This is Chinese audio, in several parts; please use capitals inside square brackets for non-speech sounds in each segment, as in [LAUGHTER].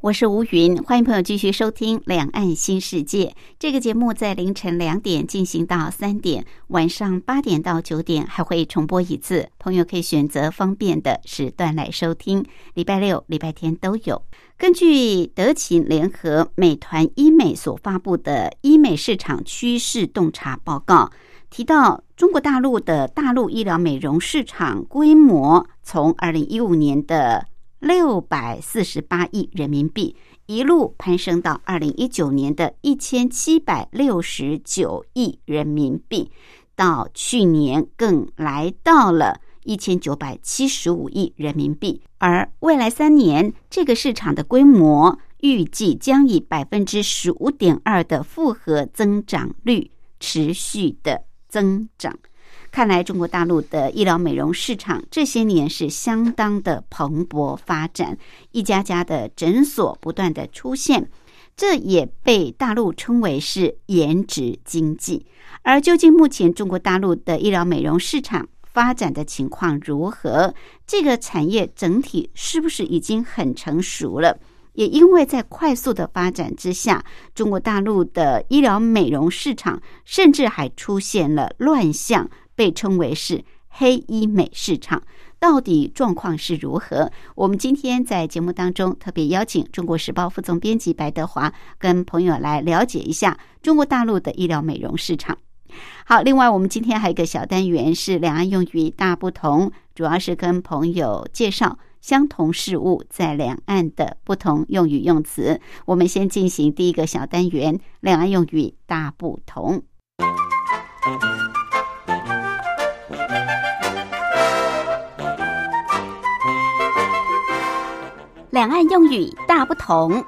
我是吴云，欢迎朋友继续收听《两岸新世界》这个节目，在凌晨两点进行到三点，晚上八点到九点还会重播一次，朋友可以选择方便的时段来收听，礼拜六、礼拜天都有。根据德勤联合美团医美所发布的医美市场趋势洞察报告。提到中国大陆的大陆医疗美容市场规模，从二零一五年的六百四十八亿人民币，一路攀升到二零一九年的一千七百六十九亿人民币，到去年更来到了一千九百七十五亿人民币。而未来三年，这个市场的规模预计将以百分之十五点二的复合增长率持续的增长。看来，中国大陆的医疗美容市场这些年是相当的蓬勃发展，一家家的诊所不断的出现，这也被大陆称为是颜值经济。而究竟目前中国大陆的医疗美容市场发展的情况如何？这个产业整体是不是已经很成熟了？也因为在快速的发展之下，中国大陆的医疗美容市场甚至还出现了乱象，被称为是黑医美市场。到底状况是如何？我们今天在节目当中特别邀请《中国时报》副总编辑白德华跟朋友来了解一下中国大陆的医疗美容市场。好，另外我们今天还有一个小单元是两岸用语大不同，主要是跟朋友介绍相同事物在两岸的不同用语用词。我们先进行第一个小单元，两岸用语大不同。两岸用语大不同。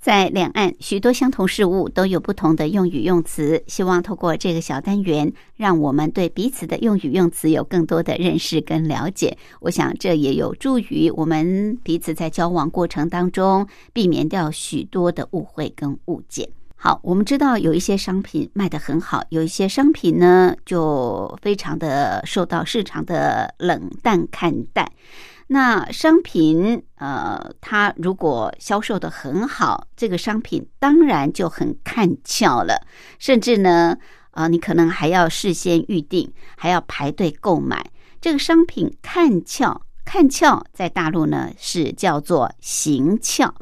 在两岸，许多相同事物都有不同的用语用词。希望透过这个小单元，让我们对彼此的用语用词有更多的认识跟了解。我想这也有助于我们彼此在交往过程当中，避免掉许多的误会跟误解。好，我们知道有一些商品卖得很好，有一些商品呢就非常的受到市场的冷淡看待。那商品，呃，它如果销售的很好，这个商品当然就很看俏了，甚至呢，呃，你可能还要事先预定，还要排队购买。这个商品看俏，看俏在大陆呢是叫做行俏，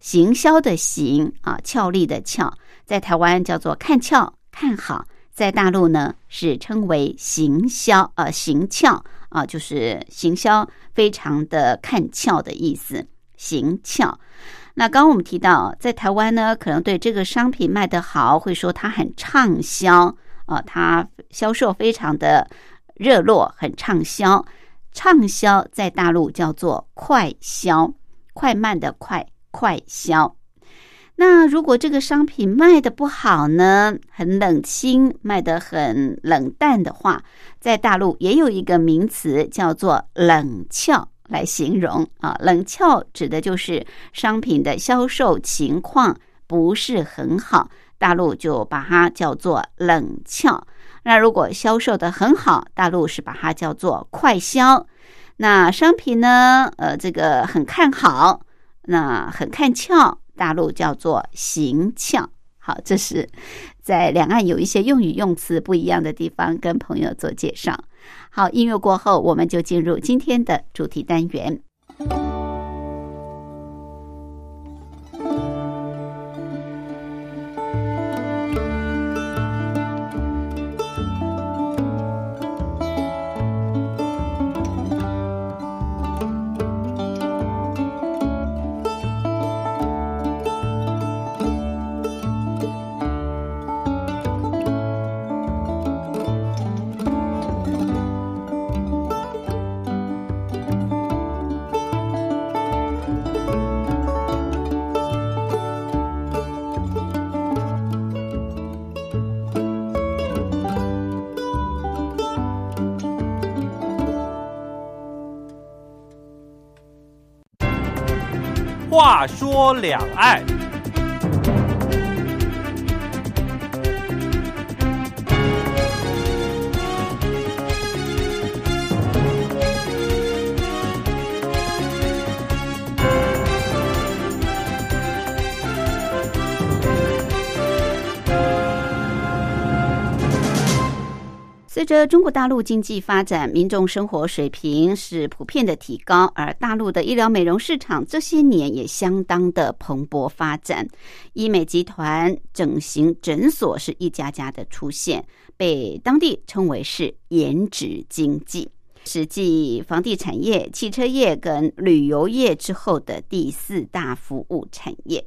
行销的行啊，俏丽的俏，在台湾叫做看俏、看好，在大陆呢是称为行销，呃，行俏。啊，就是行销非常的看俏的意思，行俏。那刚刚我们提到，在台湾呢，可能对这个商品卖得好，会说它很畅销啊，它销售非常的热络，很畅销。畅销在大陆叫做快销，快慢的快，快销。那如果这个商品卖的不好呢，很冷清，卖的很冷淡的话，在大陆也有一个名词叫做“冷俏”来形容啊。冷俏指的就是商品的销售情况不是很好，大陆就把它叫做冷俏。那如果销售的很好，大陆是把它叫做快销。那商品呢，呃，这个很看好，那很看俏。大陆叫做行俏，好，这是在两岸有一些用语用词不一样的地方，跟朋友做介绍。好，音乐过后，我们就进入今天的主题单元。话说两岸。随着中国大陆经济发展，民众生活水平是普遍的提高，而大陆的医疗美容市场这些年也相当的蓬勃发展。医美集团、整形诊所是一家家的出现，被当地称为是“颜值经济”，是继房地产业、汽车业跟旅游业之后的第四大服务产业。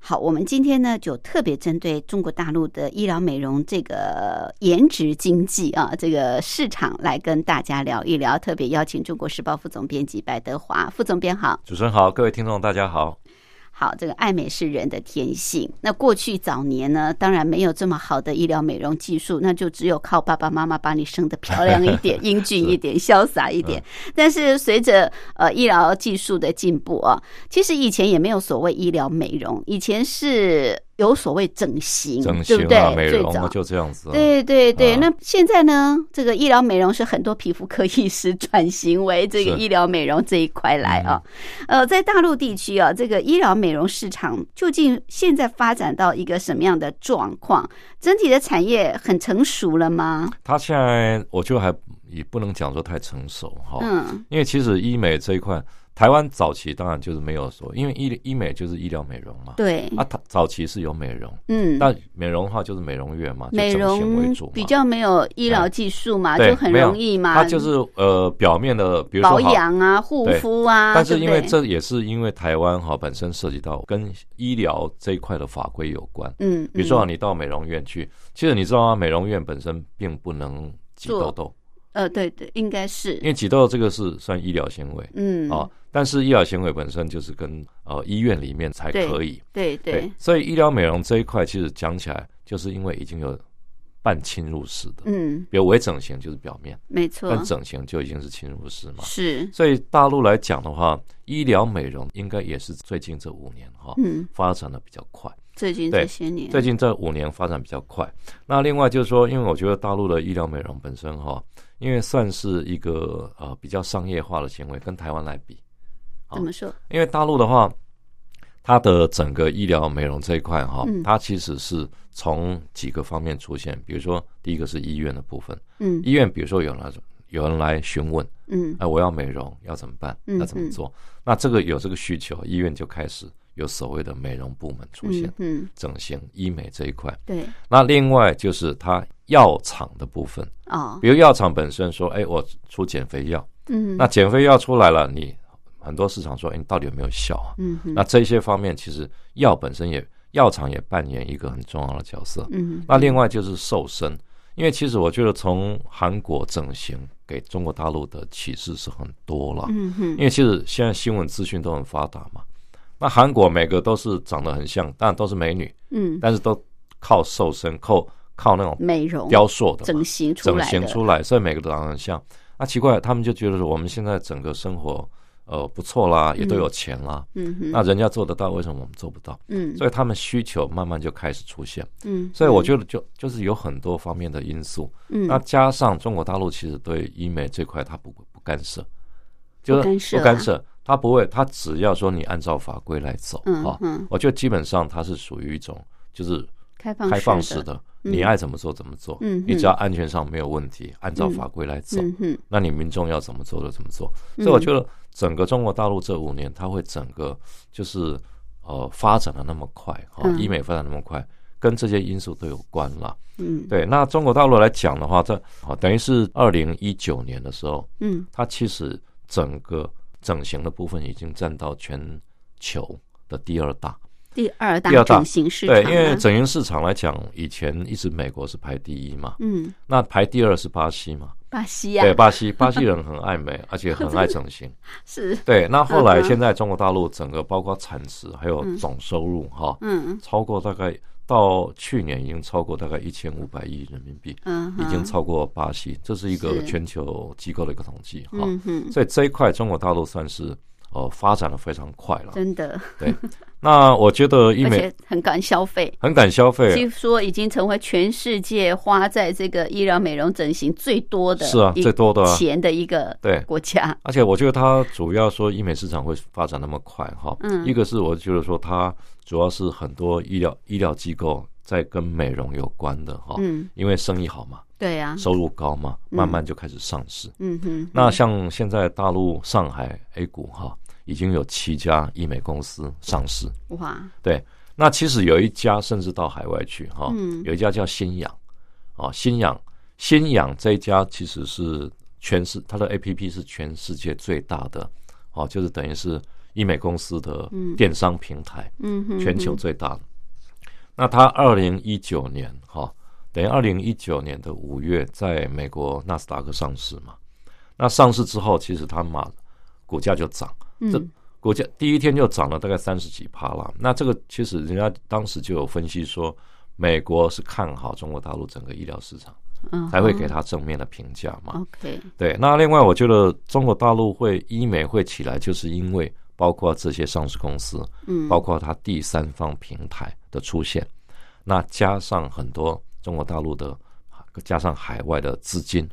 好，我们今天呢就特别针对中国大陆的医疗美容这个颜值经济啊这个市场来跟大家聊一聊，特别邀请中国时报副总编辑白德华副总编好。主持人好，各位听众大家好。好，这个爱美是人的天性。那过去早年呢，当然没有这么好的医疗美容技术，那就只有靠爸爸妈妈把你生的漂亮一 [LAUGHS] 点、英俊一点、潇洒一点。嗯但是随着呃医疗技术的进步啊，其实以前也没有所谓医疗美容，以前是有所谓整形，整形嗯对不对？啊，美容最啊早就这样子啊。对对对，啊那现在呢？这个医疗美容是很多皮肤科医师转型为这个是嗯医疗美容这一块来啊。呃，在大陆地区啊，这个医疗美容市场究竟现在发展到一个什么样的状况？整体的产业很成熟了吗？他现在我就还也不能讲说太成熟哈，嗯因为其实医美这一块，台湾早期当然就是没有说，因为医医美就是医疗美容嘛，对，啊，它早期是有美容，嗯，那美容的话就是美容院嘛，就美整形为容嗯主嘛，比较没有医疗技术嘛，对就很没有容易嘛，它就是呃表面的，比如说保好养啊、护对肤啊，但是对因不为对这也是因为台湾哈本身涉及到跟医疗这一块的法规有关，嗯，比如说啊嗯你到美容院去，其实你知道吗？美容院本身并不能挤做痘痘，呃，对对，应该是因，为挤痘痘这个是算医疗行为嗯，啊，但是医疗行为本身就是跟呃医院里面才对可以，对对，所以医疗美容这一块其实讲起来，就是因为已经有半侵入式的，嗯，啊比如微整形就是表面，没错，但整形就已经是侵入式嘛。是，所以大陆来讲的话，医疗美容应该也是最近这五年哈、嗯，发展的比较快。最近哦对这些年，最近这五年发展比较快。那另外就是说，因为我觉得大陆的医疗美容本身哈、因为算是一个呃比较商业化的行为，跟台湾来比，怎哦么说？因为大陆的话，它的整个医疗美容这一块哈、嗯它其实是从几个方面出现，比如说第一个是医院的部分，嗯医院比如说有人来有人来询问。嗯哎，我要美容，要怎么办？嗯要怎么嗯做？那这个有这个需求，医院就开始有所谓的美容部门出现，嗯嗯，整形医美这一块。对，那另外就是它药厂的部分，哦，比如药厂本身说，哎，我出减肥药，嗯，那减肥药出来了，你很多市场说，哎，你到底有没有效啊？嗯哼那这些方面，其实药本身也药厂也扮演一个很重要的角色。嗯，那另外就是瘦身，因为其实我觉得从韩国整形给中国大陆的启示是很多了，嗯哼，因为其实现在新闻资讯都很发达嘛。那韩国每个都是长得很像，但都是美女，嗯，但是都靠瘦身，靠靠那种美容雕塑的嘛整形出整来形的，出来，所以每个都长得很像。那奇怪，他们就觉得说我们现在整个生活呃不错啦，也都有钱啦，嗯哼，那人家做得到，为什么我们做不到？嗯所以他们需求慢慢就开始出现。嗯，所以我觉得就就是有很多方面的因素，嗯那加上中国大陆其实对医美这块它不不干涉，就不干涉是啊不干涉，它不会，它只要说你按照法规来走嗯啊嗯，我觉得基本上它是属于一种就是开放开放式式的，的，你爱怎么做怎么做，嗯你只要安全上没有问题，按照法规来走，嗯哼，那你民众要怎么做就怎么做。所以我觉得整个中国大陆这五年，它会整个就是呃发展的那么快哈、嗯医美发展那么快，跟这些因素都有关啦。嗯对，那中国大陆来讲的话，这啊等于是二零一九年的时候，嗯它其实整个整形的部分已经占到全球的第二大。第二大第二大整形市场对，啊，因为整形市场来讲，以前一直美国是排第一嘛，嗯，那排第二是巴西嘛。巴西啊呀对，，巴西，巴西人很爱美，而且很爱整形。是，对，那后嗯来哼现在中国大陆整个包括产值还有总收入哈，嗯超过大概到去年已经超过大概一千五百亿人民币，嗯哼，已经超过巴西，这是一个是全球机构的一个统计哈。嗯哼，所以这一块中国大陆算是呃发展的非常快了。真的，那我觉得 [LAUGHS] 医而美且很敢消费。很敢消费，据说已经成为全世界花在这个医疗美容整形最多的是啊，一最多的啊、钱的一个对。国家。而且我觉得它主要说医美市场会发展那么快哈，嗯一个是我觉得说它主要是很多医疗医疗机构在跟美容有关的哈，嗯，因为生意好嘛，对啊，收入高嘛，嗯慢慢就开始上市。嗯哼，那像现在大陆上海 A 股哈，已经有七家医美公司上市，哇，那其实有一家甚至到海外去哈，嗯有一家叫新氧，啊，新氧新氧这一家其实是全世它的 APP 是全世界最大的，哦、就是等于是医美公司的嗯电商平台，嗯哼，全球最大的。那它二零一九年哈、等于二零一九年的五月在美国纳斯达克上市嘛，那上市之后，其实它马股价就涨。嗯这股价第一天就涨了大概三十几趴了。那这个其实人家当时就有分析说，美国是看好中国大陆整个医疗市场，嗯才会给它正面的评价嘛。 OK，对，那另外我觉得中国大陆会医美会起来，就是因为包括这些上市公司，嗯，包括它第三方平台的出现，那加上很多中国大陆的，加上海外的资金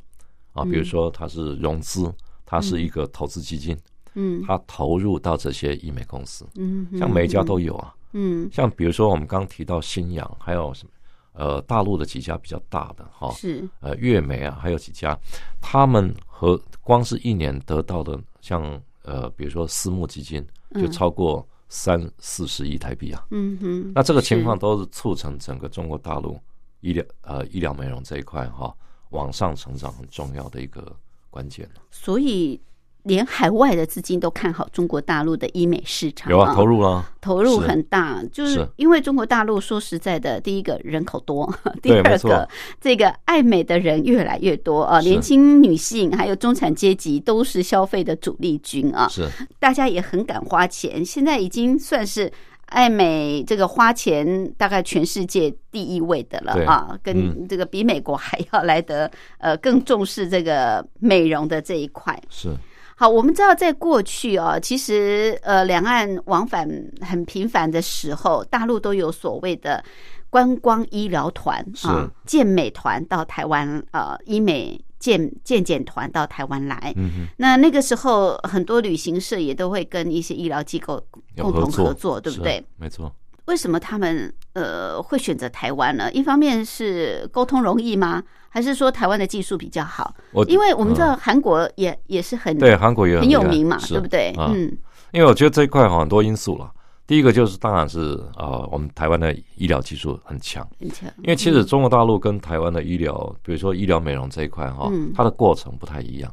啊，嗯比如说它是融资，它是一个投资基金，嗯它投入到这些医美公司，嗯哼，像每一家都有啊。嗯像比如说我们刚提到新氧，还有什么呃大陆的几家比较大的哈、是呃月美啊，还有几家，他们和光是一年得到的像呃比如说私募基金就嗯超过三四十亿台币啊。嗯哼，那这个情是况都是促成整个中国大陆医疗呃医疗美容这一块哈、往上成长很重要的一个关键。所以连海外的资金都看好中国大陆的医美市场，有啊，投入了啊。投入是很大，就是是因为中国大陆说实在的，第一个人口多， [LAUGHS] 第对二没个错这个爱美的人越来越多啊，是年轻女性还有中产阶级都是消费的主力军啊，是大家也很敢花钱，现在已经算是。爱美这个花钱大概全世界第一位的了对啊，跟嗯这个比美国还要来得呃更重视这个美容的这一块。是，好，我们知道在过去啊，其实呃，两岸往返很频繁的时候，大陆都有所谓的观光医疗团啊是、健美团到台湾呃，医美健健检团到台湾来。嗯哼。那那个时候，很多旅行社也都会跟一些医疗机构有共同作，合作，对不是对？？没错，为什么他们呃会选择台湾呢？一方面是沟通容易吗？还是说台湾的技术比较好？我因为我们知嗯道韩国也、也是很对啊韩国也嗯很有厉害名嘛，是对不对？啊嗯因为我觉得这一块很多因素了。第一个就是，当然是啊、呃我们台湾的医疗技术很强，很强，因为其实中国大陆跟台湾的医疗，比如说医疗美容这一块哈、嗯它的过程不太一样。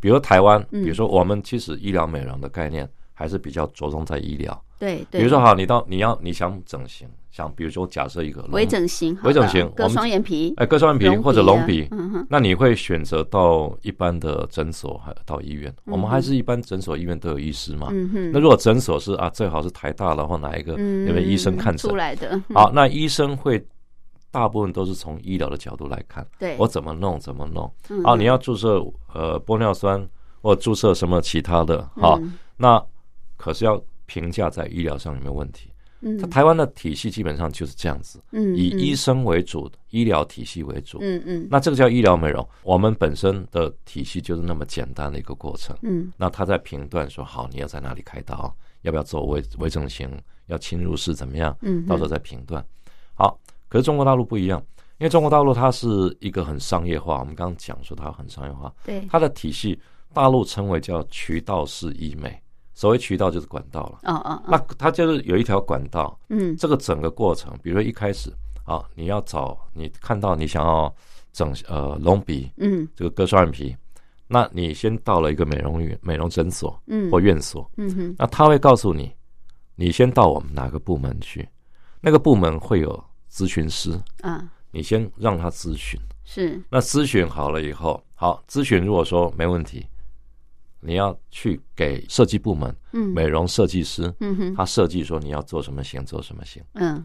比如台湾，嗯比如说我们其实医疗美容的概念还是比较着重在医疗，对对。比如说好，你到你要你想整形，想比如说假设一个隆微，整形好了，微整形割我们双眼皮、哎，割双眼皮隆或者啊隆鼻，嗯哼，那你会选择到一般的诊所，还到医院？我们还是一般诊所、医院都有医师嘛？嗯哼，啊那如果诊所是啊，最好是台大了或哪一个嗯那边医生看诊出。来的，嗯好，那医生会大部分都是从医疗的角度来看，对，我怎么弄怎么弄。嗯好，你要注射呃玻尿酸或注射什么其他的，好，，嗯那可是要评价在医疗上有没有问题。嗯它台湾的体系基本上就是这样子，嗯以嗯医生为主，医疗体系为主。嗯嗯那这个叫医疗美容，我们本身的体系就是那么简单的一个过程。嗯那他在评断说，好，你要在哪里开刀，要不要做微微整形，要侵入式怎么样，嗯哼，到时候再评断。好，可是中国大陆不一样，因为中国大陆它是一个很商业化，我们刚刚讲说它很商业化，对它的体系大陆称为叫渠道式医美，所谓渠道就是管道了。哦哦那哦，它就是有一条管道，嗯这个整个过程，比如说一开始啊，你要找你看到你想要整呃隆鼻嗯这个割双眼皮，那你先到了一个美容院、美容诊所嗯，或院所，嗯哼，那他会告诉你，你先到我们哪个部门去，那个部门会有咨询师，啊你先让他咨询。是，那咨询好了以后，好，咨询如果说没问题，你要去给设计部门、嗯美容设计师，嗯哼，他设计说你要做什么型，做什么型。嗯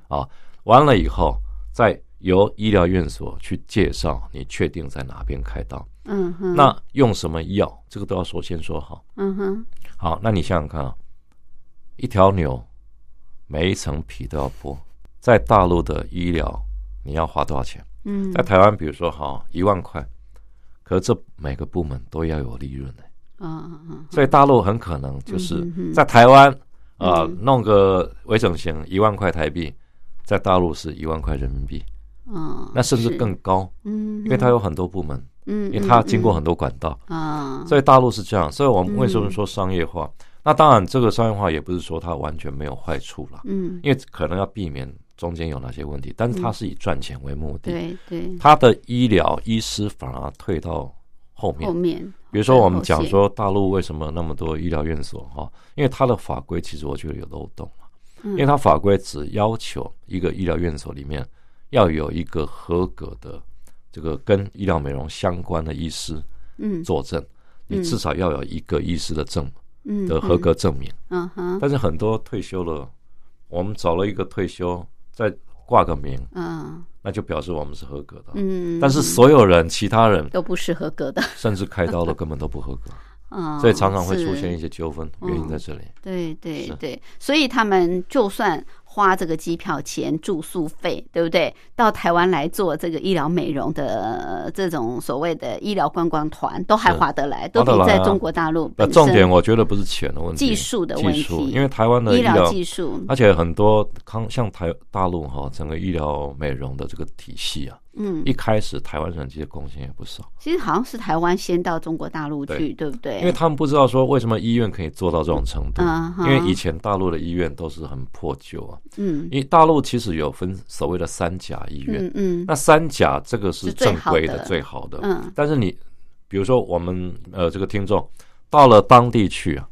完了以后，再由医疗院所去介绍你确定在哪边开刀，嗯哼，那用什么药，这个都要说先说好。嗯哼，好，那你想想看啊，一条牛每一层皮都要剥。在大陆的医疗，你要花多少钱？嗯在台湾，比如说哈一万块，可是这每个部门都要有利润的、嗯嗯所以大陆很可能就是嗯哼在台湾啊、嗯弄个微整形一万块台币，在大陆是一万块人民币，嗯，那甚是至更高，嗯，因为它有很多部门，嗯，因为它经过很多管道，啊，所以大陆是这样。所以我们为什么嗯说商业化？那当然，这个商业化也不是说它完全没有坏处啦，嗯，因为可能要避免中间有哪些问题，但是它是以赚钱为目的。对对，他的医疗医师反而退到后面后。面比如说，我们讲说大陆为什么那么多医疗院所哈、因为它的法规其实我觉得有漏洞啊嗯因为它法规只要求一个医疗院所里面要有一个合格的这个跟医疗美容相关的医师嗯作证，嗯你至少要有一个医师的证嗯的合，格证明。嗯哼，但是很多退休了，我们找了一个退休再挂个名，嗯那就表示我们是合格的。嗯，啊但是所有人，其他人都不是合格的，甚至 [LAUGHS] 开刀的根本都不合格，嗯，所以常常会出现一些纠纷，原因在这里。对对是对，所以他们就算花这个机票钱、住宿费，对不对？到台湾来做这个医疗美容的呃这种所谓的医疗观光团，都还是划得来，都比划得来在啊中国大陆那本身重点我觉得不是钱的问题，技术的问技术，题因为台湾的医医疗疗，技术，而且很多康像台大陆哈，整个医疗美容的这个体系啊，嗯，一开始台湾人其实贡献也不少，其实好像是台湾先到中国大陆对去，对不对？因为他们不知道说为什么医院可以做到这种程度，嗯因为哈以前大陆的医院都是很破旧啊，嗯因为大陆其实有分所谓的三甲医院，嗯嗯那三甲这个是是最正好规的的、最好的，嗯但是你比如说我们呃这个听众到了当地去啊，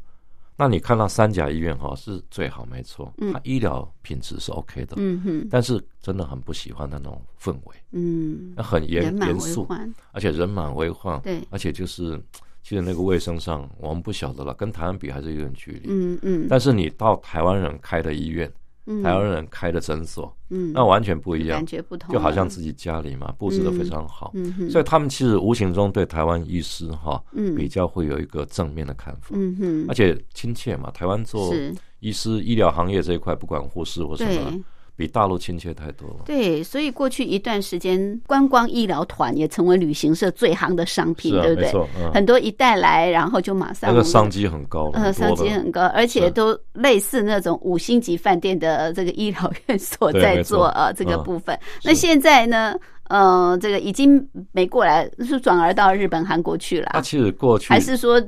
那你看到三甲医院哈、是最好没错，嗯它医疗品质是 OK 的，嗯哼但是真的很不喜欢那种氛围，嗯，那很严人满严为肃，患，而且人满为患，对，而且就是其实那个卫生上我们不晓得了，跟台湾比还是有点距离。嗯嗯，但是你到台湾人开的医院，嗯台湾人开的诊所，嗯那完全不一样感，觉不同了，就好像自己家里嘛，布置的非常好。嗯哼，所以他们其实无形中对台湾医师哈嗯比较会有一个正面的看法，嗯哼，而且亲切嘛。台湾做是医师医疗行业这一块，不管护士或什么对，比大陆亲切太多了。对，所以过去一段时间，观光医疗团也成为旅行社最行的商品，是啊，对不没对？错，嗯，很多一带来，然后就马上那个商机很高，呃很商多机的。很高，而且是都类似那种五星级饭店的这个医疗院 [LAUGHS] 所对在没做错啊这个嗯部分。那现在呢，呃，这个已经没过来，是转而到日本、韩国去了那啊，其实过去还是说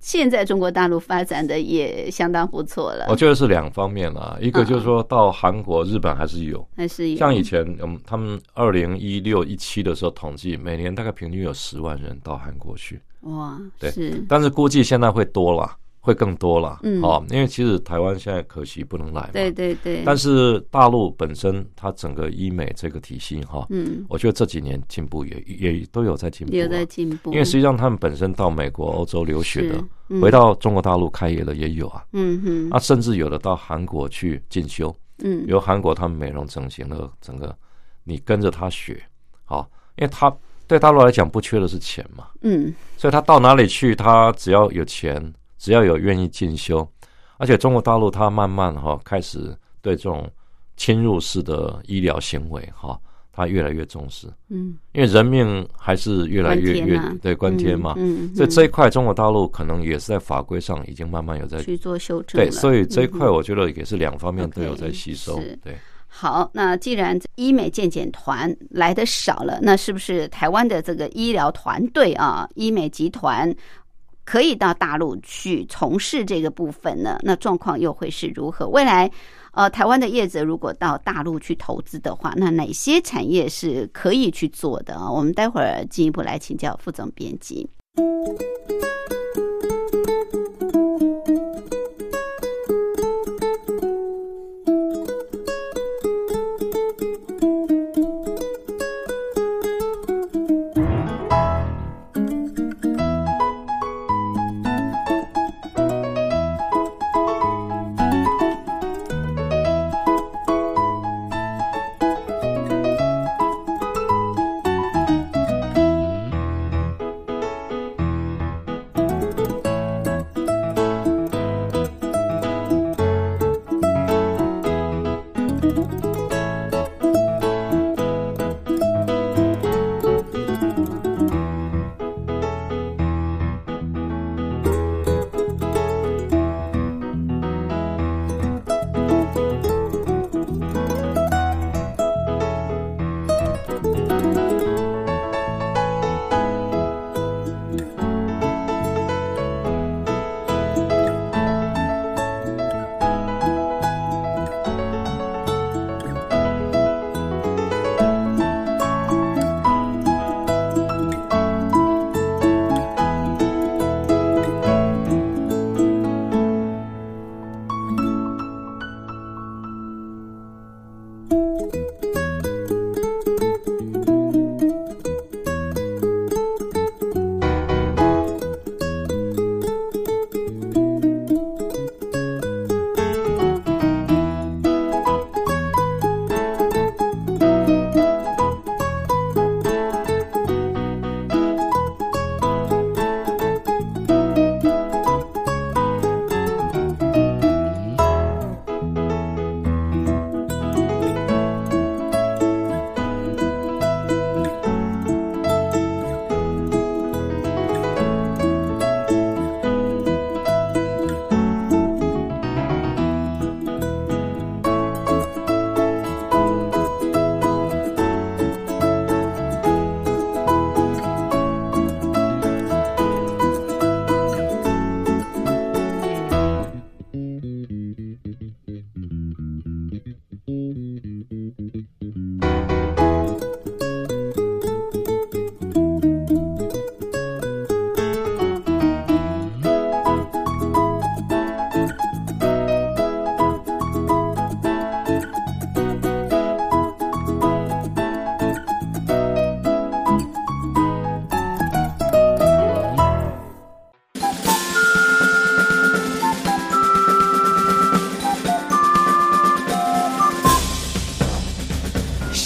现在中国大陆发展的也相当不错了我？觉得哦是两方面啦，一个就是说到韩国、日本还是有。还是嗯有像以前，嗯，他们二零一六、一七的时候统计，每年大概平均有十万人到韩国去。哇，对是但是估计现在会多了，会更多了。嗯哦，因为其实台湾现在可惜不能来嘛。对。对对，但是大陆本身它整个医美这个体系哈，嗯，我觉得这几年进步也也都有在进步啊。也有在进步，因为实际上他们本身到美国、欧洲留学的是，嗯回到中国大陆开业的也有啊。嗯哼，那甚至有的到韩国去进修，嗯比如韩国他们美容整形的整个，你跟着他学，好、因为他对大陆来讲不缺的是钱嘛。嗯所以他到哪里去，他只要有钱，只要有愿意进修，而且中国大陆他慢慢哈、开始对这种侵入式的医疗行为哈、他越来越重视，嗯，因为人命还是越来越关天越嘛对关天嘛，嗯，嗯所以嗯这一块中国大陆可能也是在法规上已经慢慢有在去做修正对，了所以这一嗯块我觉得也是两方面 OK，都有在吸收是，对。好，那既然医美健检团来的少了，那是不是台湾的这个医疗团队啊，医美集团可以到大陆去从事这个部分呢？那状况又会是如何？未来，呃，台湾的业者如果到大陆去投资的话，那哪些产业是可以去做的啊？我们待会儿进一步来请教副总编辑。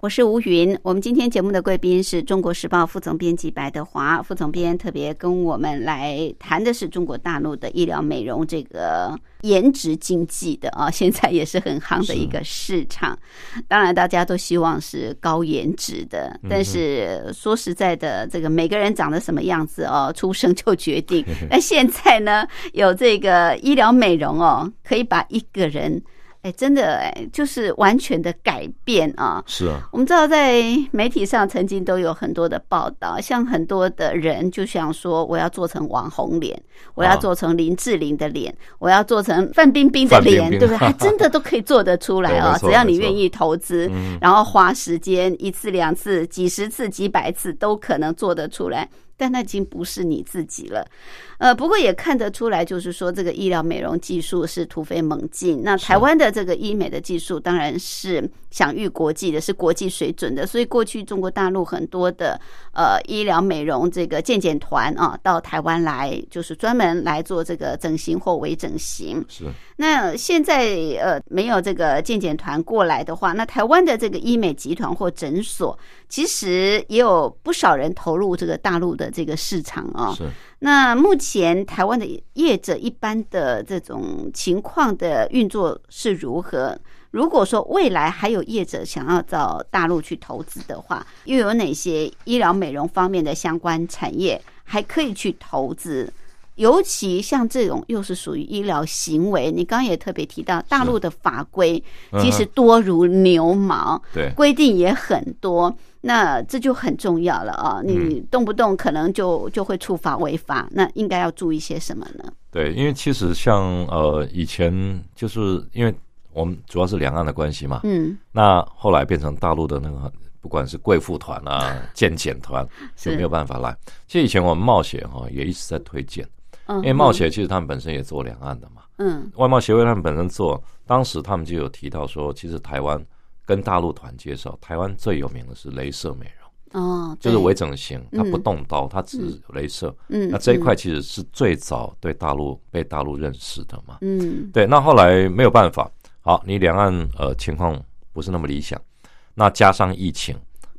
我是吴云。我们今天节目的贵宾是中国时报副总编辑白德华，副总编特别跟我们来谈的是中国大陆的医疗美容这个颜值经济的啊，现在也是很夯的一个市场。当然，大家都希望是高颜值的，但是说实在的，这个每个人长得什么样子哦，出生就决定。那现在呢，有这个医疗美容哦，可以把一个人。哎，真的哎，就是完全的改变啊！是啊，我们知道，在媒体上曾经都有很多的报道，像很多的人就想说，我要做成网红脸，啊我要做成林志玲的脸，我要做成范冰冰的范冰脸，冰对不对？ [LAUGHS] 还真的都可以做得出来对啊！没错只要你没错愿意投资，嗯然后花时间一次、两次、几十次、几百次都可能做得出来，但那已经不是你自己了。呃，不过也看得出来，就是说这个医疗美容技术是突飞猛进。那台湾的这个医美的技术当然是享誉国际的，是国际水准的。所以过去中国大陆很多的呃医疗美容这个健检团啊，到台湾来就是专门来做这个整形或微整形。是那现在呃没有这个健检团过来的话，那台湾的这个医美集团或诊所，其实也有不少人投入这个大陆的这个市场哦。是。那目前台湾的业者一般的这种情况的运作是如何？如果说未来还有业者想要到大陆去投资的话，又有哪些医疗美容方面的相关产业还可以去投资？尤其像这种又是属于医疗行为，你刚刚也特别提到，大陆的法规嗯哼其实多如牛毛。对，规定也很多，那这就很重要了嗯啊！你动不动可能就就会触法违法，那应该要注意些什么呢？对，因为其实像呃以前就是因为我们主要是两岸的关系嘛。嗯，那后来变成大陆的那个，不管是贵妇团啊、 [LAUGHS] 健检团，是就没有办法来。其实以前我们冒险哈、也一直在推荐，因因为冒，险其实他们本身也做两岸的嘛，嗯外贸协会他们本身做，当时他们就有提到说，其实台湾跟大陆团介绍，台湾最有名的是镭射美容，哦，就是对微整形，它不嗯动刀，它只是镭射。嗯，那这一块其实是最早对大陆被大陆认识的嘛。嗯，嗯，对，那后来没有办法，好，你两岸呃情况不是那么理想，那加上疫情，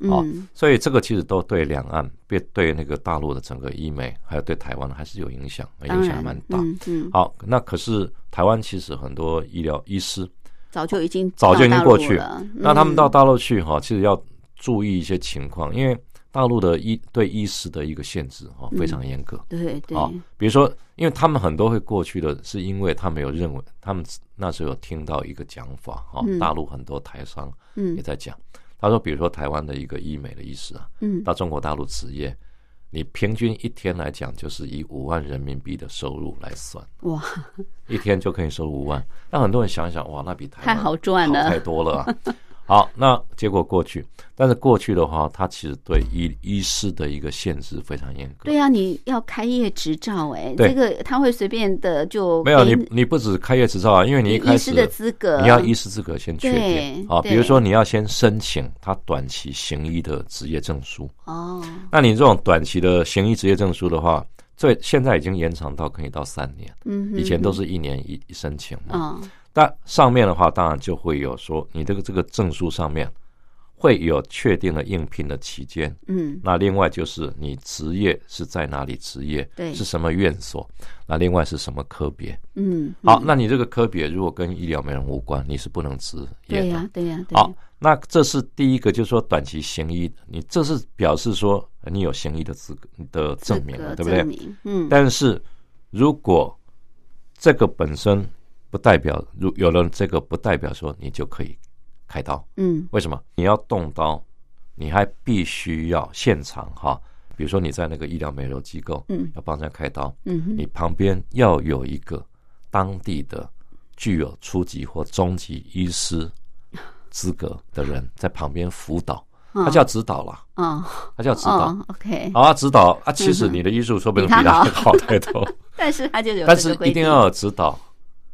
好嗯所以这个其实都对两岸、对对那个大陆的整个医美，还有对台湾还是有影响，当影响然还蛮大。嗯嗯，好，那可是台湾其实很多医疗医师，早就已经早就已经到大过陆去了，那他们嗯到大陆去哈，其实要注意一些情况，因为大陆的医对医师的一个限制哈嗯非常严格。对对啊，比如说，因为他们很多会过去的，是因为他们有认为，他们那时候有听到一个讲法哈、嗯大陆很多台商也嗯在讲，他说，比如说台湾的一个医美的医师啊，嗯，到中国大陆职业，你平均一天来讲，就是以五万人民币的收入来算，哇，一天就可以收五万。那很多人想一想，哇，那比台湾太好赚好太了，多了、啊。 [LAUGHS] 好，那结果过去，但是过去的话，它其实对医医师的一个限制非常严格。对啊，你要开业执照哎，对这个他会随便的就没有给你，你不止开业执照啊，因为你一医开师始的资格，你要医师资格先确对定啊，对比如说你要先申请他短期行医的职业证书。哦，那你这种短期的行医职业证书的话，最现在已经延长到可以到三年，嗯哼，以前都是一年一一申请嘛。嗯那上面的话，当然就会有说你这个这个证书上面会有确定的应聘的期间。嗯那另外就是你职业是在哪里职业，对是什么院所，那另外是什么科别。嗯，好，嗯那你这个科别如果跟医疗美容无关，你是不能执对业的。呀对呀，对好，那这是第一个，就是说短期行医，你这是表示说呃你有行医的资格的资证明了，格对不证对？明？嗯，但是如果这个本身不代表，如有了这个不代表说你就可以开刀，嗯为什么？你要动刀，你还必须要现场哈，比如说你在那个医疗美容机构嗯要帮人家开刀，嗯哼你旁边要有一个当地的具有初级或中级医师资格 [LAUGHS] 的人在旁边辅导，嗯他叫指导啦，哦他叫指导。哦，OK，好啊，指导啊，其实你的医术说不定嗯比他比他好好 [LAUGHS] 太多，但是他就有但这是个规一定定要有指导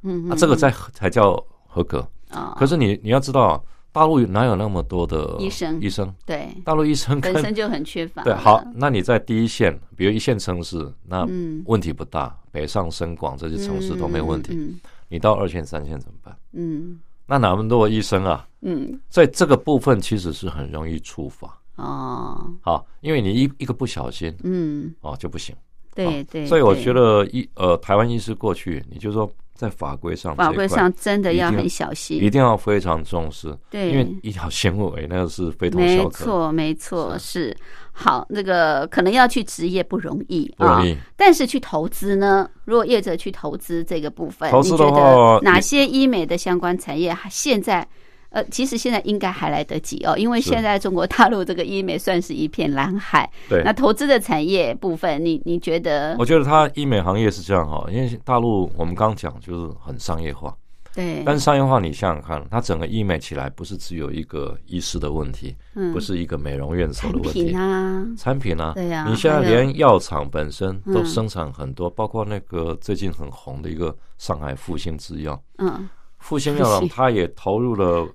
嗯啊，哼这个才才叫合格。哦可是你你要知道，大陆哪有那么多的医生医生，对大陆医生本跟身就很缺乏 [LAUGHS] 对了好，那你在第一线，比如一线城市，那嗯问题不大，北上深广这些城市都没问题。嗯你到二线、三线怎么办？嗯那哪么多医生啊？嗯嗯所以这个部分其实是很容易触发哦啊，因为你一一个不小心嗯哦就不行。对对，所以嗯我对觉得医呃台湾医师过去，你就说在法规上法这一块规上真的一要定很小一心，定要非常重视，对，因为医疗行为那个是非同没小啊可，错没错是好，那个可能要去职业不容易不容易啊，。但是去投资呢，如果业者去投资这个部分，投你觉资的话得哪你些医美的相关产业还现在？呃，其实现在应该还来得及哦，因为是现在中国大陆这个医美算是一片蓝海。对那，投资的产业部分，你你觉得我？觉得它医美行业是这样哈，因为大陆我们刚讲就是很商业化，对，但是商业化你想想看，它整个医美起来不是只有一个医师的问题，嗯不是一个美容院所产的问题品，啊，产品啊，对呀你现在还有连药厂本身都嗯生产很多，包括那个最近很红的一个上海复兴制药，嗯，复兴药复厂兴它也投入了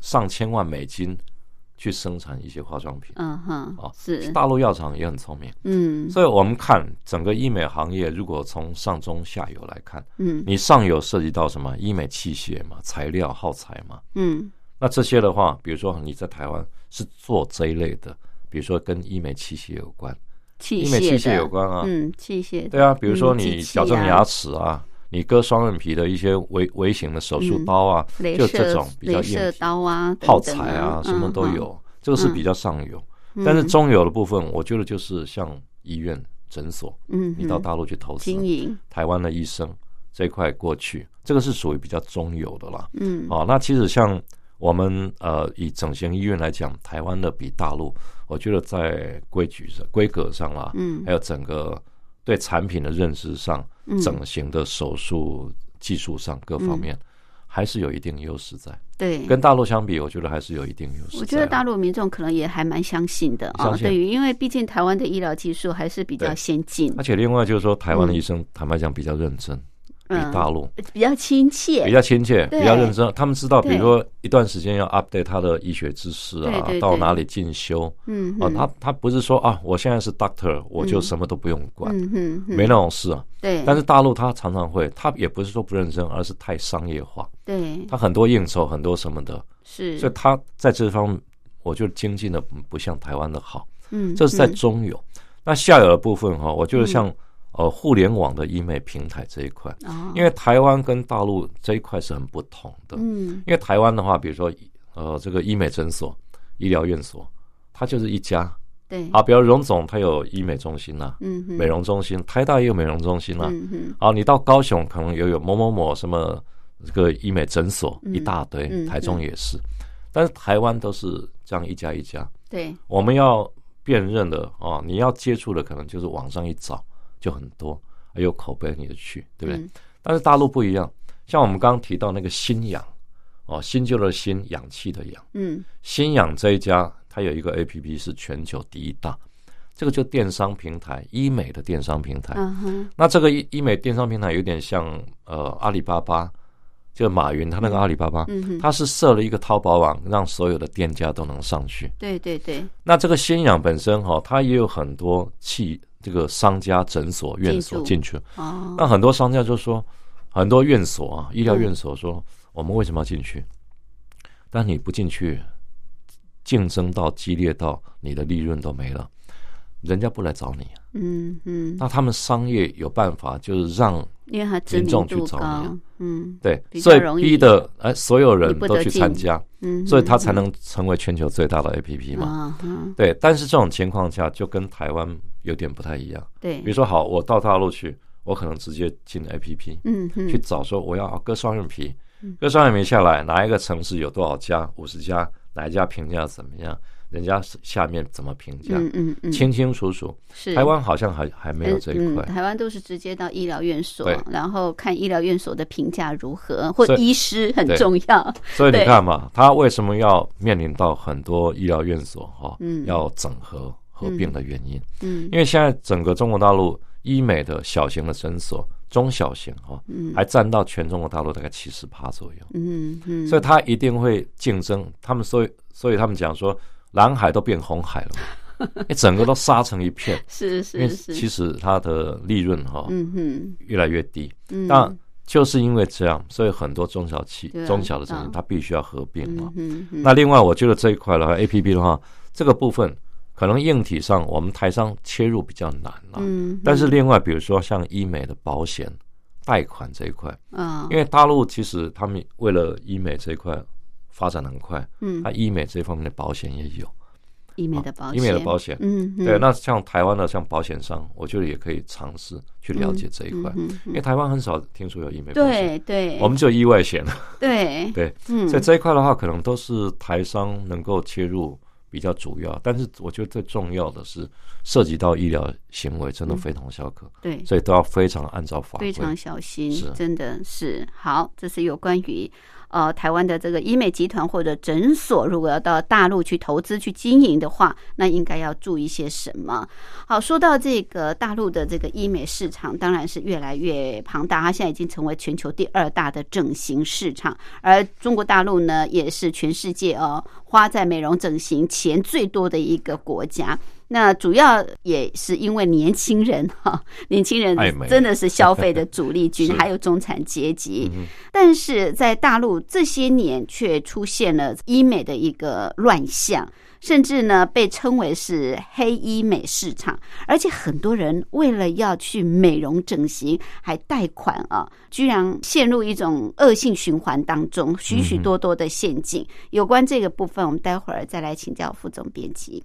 上千万美金去生产一些化妆品。嗯哼，哦是，大陆药厂也很聪明，嗯所以我们看整个医美行业，如果从上中下游来看，嗯你上游涉及到什么医美器械嘛、材料耗材嘛，嗯那这些的话，比如说你在台湾是做这一类的，比如说跟医美器械有关，器医美器械的有关啊，嗯，器械的，对啊，比如说嗯你机器矫正啊牙齿啊，你割双眼皮的一些微微型的手术嗯刀啊，镭就射这种比较镭硬射体刀啊，等耗材等啊，什么都。嗯有，这个是比较上游。嗯但是中游的部分，我觉得就是像医院、诊所，嗯，你到嗯大陆去投资，啊经营，台湾的医生这一块过去，这个是属于比较中游的啦。嗯哦，那其实像我们呃以整形医院来讲，台湾的比大陆，我觉得在规矩上、规格上啦，嗯还有整个对产品的认识上，嗯整形的手术技术上各方面，还是有一定优势在。对，跟大陆相比，我觉得还是有一定优势在啊。我觉得大陆民众可能也还蛮相信的啊、相信对于因为毕竟台湾的医疗技术还是比较对先进而，且另外就是说，台湾的嗯医生坦白讲比较认真，比嗯，大陆比较亲切，比较亲切，对比较认真。他们知道，对比如说一段时间要 update 他的医学知识对啊对对，到哪里进修嗯啊，哼他他不是说啊，我现在是 doctor，我就什么都不用管，嗯哼哼，啊没那种事啊。对，但是大陆他常常会，他也不是说不认真，而是太商业化，对他很多应酬，很多什么的，是，所以他在这方面，我就精进的不像台湾的好。嗯，这是在嗯中游。那下游的部分哈、我觉得像呃互联网的医美平台这一块，哦，因为台湾跟大陆这一块是很不同的。嗯因为台湾的话，比如说呃这个医美诊所、医疗院所，它就是一家对，啊，比如荣总它有医美中心啦、啊嗯哼，美容中心，台大也有美容中心啦、啊。嗯哼，你到高雄可能也有某某某什么这个医美诊所嗯一大堆，嗯台中也是，但是台湾都是这样一家一家。对，我们要辨认的啊，你要接触的可能就是网上一找就很多，有口碑你就去，对不对？嗯但是大陆不一样，像我们刚刚提到那个新氧，哦，新旧的新，氧气的氧，嗯新氧这一家，它有一个 A P P 是全球第一大，这个就电商平台，医美的电商平台。嗯哼，那这个医医美电商平台有点像呃阿里巴巴，就马云他那个阿里巴巴，嗯哼，他是设了一个淘宝网，让所有的店家都能上去。对对对，那这个新氧本身哈、它也有很多企这个商家、诊所、院所进进去。哦，那很多商家就说，很多院所啊，医疗院所说，嗯我们为什么要进去？但你不进去，竞争到激烈到你的利润都没了，人家不来找你。啊嗯嗯，那他们商业有办法，就是让因为它知民名众去度找高你，啊嗯对，比较所以容易逼的哎，所有人你不得都去进参加，嗯哼，所以它才能成为全球最大的 APP 嘛。啊哈，对，但是这种情况下就跟台湾有点不太一样。对比如，说，好，我到大陆去，我可能直接进 APP、嗯哼，去找说我要啊割双眼皮，割双眼皮下来哪一个城市有多少家，五十家，哪一家评价怎么样，人家下面怎么评价，嗯嗯嗯，清清楚楚。是台湾好像还还没有这一块嗯嗯。，台湾都是直接到医疗院所对，然后看医疗院所的评价如何，或所以医师很对重要。所以你对看嘛，他为什么要面临到很多医疗院所哈、嗯要整合合并的原因？嗯因为现在整个中国大陆医美的小型的诊所、中小型哈、嗯还占到全中国大陆大概七十趴左右，嗯嗯，所以它一定会竞争。他们所以所以他们讲说，蓝海都变红海了 [LAUGHS] 嘛，一整个都杀成一片，嗯是因是为是，其实它的利润哈、嗯哼越来越低。嗯，那就是因为这样，所以很多中小企对啊中小的产业嗯它必须要合并哦嘛嗯。嗯嗯那另外，我觉得这一块的话，A P P 的话，这个部分可能硬体上我们台商切入比较难啊。嗯，但是另外，比如说像医美的保险、贷款这一块，啊，因为大陆其实他们为了医美这一块发展得很快，嗯它医美这方面的保险也有，啊医美的保险，医美的保险。嗯，嗯，对，那像台湾的像保险商，我觉得也可以尝试去了解这一块，嗯嗯嗯因为台湾很少听说有医美保对险，对，我们就意外险，啊对对，嗯所以这一块的话，可能都是台商能够切入比较主要，但是我觉得最重要的是涉及到医疗行为，真的非同小可，对。所以都要非常按照法嗯非规。常小心是，真的是好。这是有关于呃台湾的这个医美集团或者诊所，如果要到大陆去投资去经营的话，那应该要注意些什么？好，说到这个大陆的这个医美市场，当然是越来越庞大，它现在已经成为全球第二大的整形市场，而中国大陆呢，也是全世界哦花在美容整形钱最多的一个国家。那主要也是因为年轻人哈、 [LAUGHS] 年轻人爱美真的是消费的主力军， [LAUGHS] 是嗯还有中产阶级。但是在大陆这些年却出现了医美的一个乱象，甚至呢被称为是黑医美市场，而且很多人为了要去美容整形还贷款啊，居然陷入一种恶性循环当中，许许多多的陷阱。有关这个部分，我们待会儿再来请教副总编辑。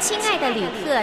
亲爱的旅客，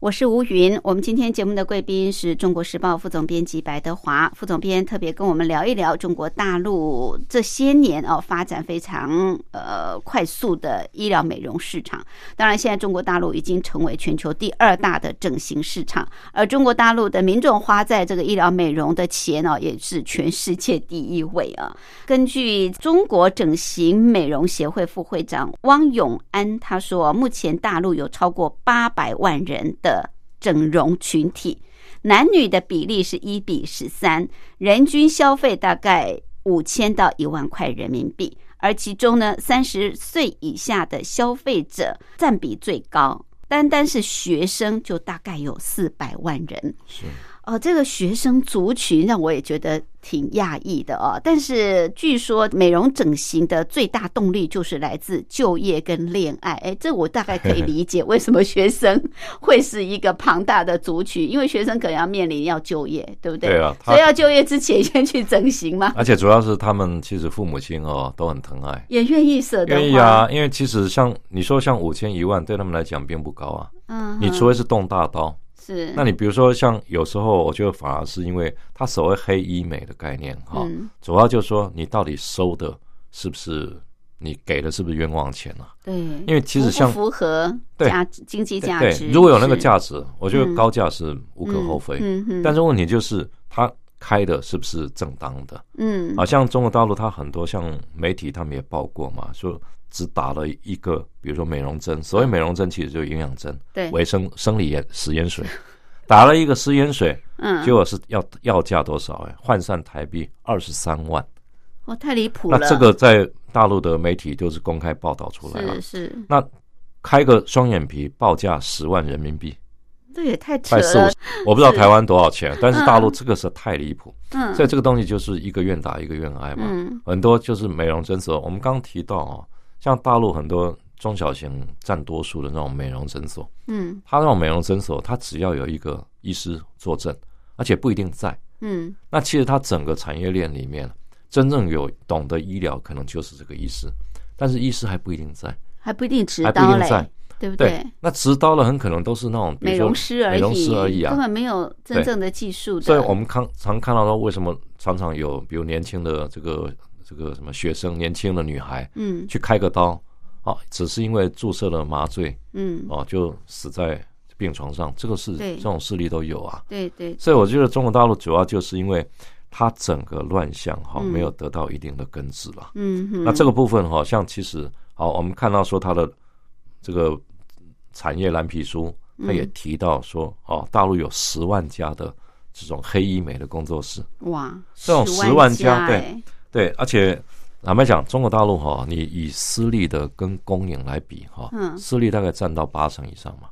我是吴云。我们今天节目的贵宾是中国时报副总编辑白德华副总编，特别跟我们聊一聊中国大陆这些年哦发展非常呃快速的医疗美容市场。当然，现在中国大陆已经成为全球第二大的整形市场，而中国大陆的民众花在这个医疗美容的钱哦，也是全世界第一位啊。根据中国整形美容协会副会长汪永安他说，目前大陆有超过八百万人的整容群体，男女的比例是一比十三，人均消费大概五千到一万块人民币，而其中呢，三十岁以下的消费者占比最高，单单是学生就大概有四百万人。是哦，这个学生族群让我也觉得挺讶异的哦。但是据说美容整形的最大动力就是来自就业跟恋爱，哎，这我大概 [LAUGHS] 可以理解为什么学生会是一个庞大的族群，因为学生可能要面临要就业，对不对？对啊他所以要就业之前先去整形嘛，而且主要是他们其实父母亲哦都很疼爱，也愿意舍得花。愿意啊，因为其实像你说像五千一万对他们来讲并不高啊，嗯哼，嗯你除非是动大刀，是那你比如说像有时候我觉得反而是因为它所谓黑医美的概念哈、嗯主要就是说你到底收的是不是你给的是不是冤枉钱啊？对，因为其实像符不符合对价经济价对值，如果有那个是价值，我觉嗯得高价是无可厚非。嗯嗯嗯但是问题就是它开的是不是正当的？嗯啊，像中国大陆，它很多像媒体他们也报过嘛，说只打了一个，比如说美容针，所谓美容针其实就是营养针，嗯对维生生理盐食盐水，打了一个食盐水，嗯结果是要要价多少、哎，换算台币二十三万，哦太离谱那了，这个在大陆的媒体就是公开报道出来了是。是。那开个双眼皮报价十万人民币，这也太扯快四五了十，，我不知道台湾多少钱，但是大陆嗯这个是太离谱，嗯，所以这个东西就是一个愿打一个愿挨嘛。嗯很多就是美容诊所，我们刚提到哦，像大陆很多中小型占多数的那种美容诊所，嗯它那种美容诊所，它只要有一个医师坐镇，而且不一定在，嗯那其实它整个产业链里面，真正有懂得医疗，可能就是这个医师，但是医师还不一定在，还不一定持还不一刀定在嘞，，对不对？，那执刀的很可能都是那种比美如说容师而已，美容师而已啊根，本没有真正的技术的。所以我们看常看到说，为什么常常有比如年轻的这个这个什么学生、年轻的女孩嗯去开个刀啊，只是因为注射了麻醉嗯，啊，就死在病床上，这个是对这种事例都有啊。对对，所以我觉得中国大陆主要就是因为它整个乱象哈、嗯没有得到一定的根治了。嗯哼，那这个部分哈、像其实好，我们看到说它的这个产业蓝皮书，它也嗯提到说哦，大陆有十万家的这种黑医美的工作室，哇，这种10 10万万家对哎，对，而且坦白讲，中国大陆哈、你以私立的跟公营来比哈、嗯私立大概占到八成以上嘛。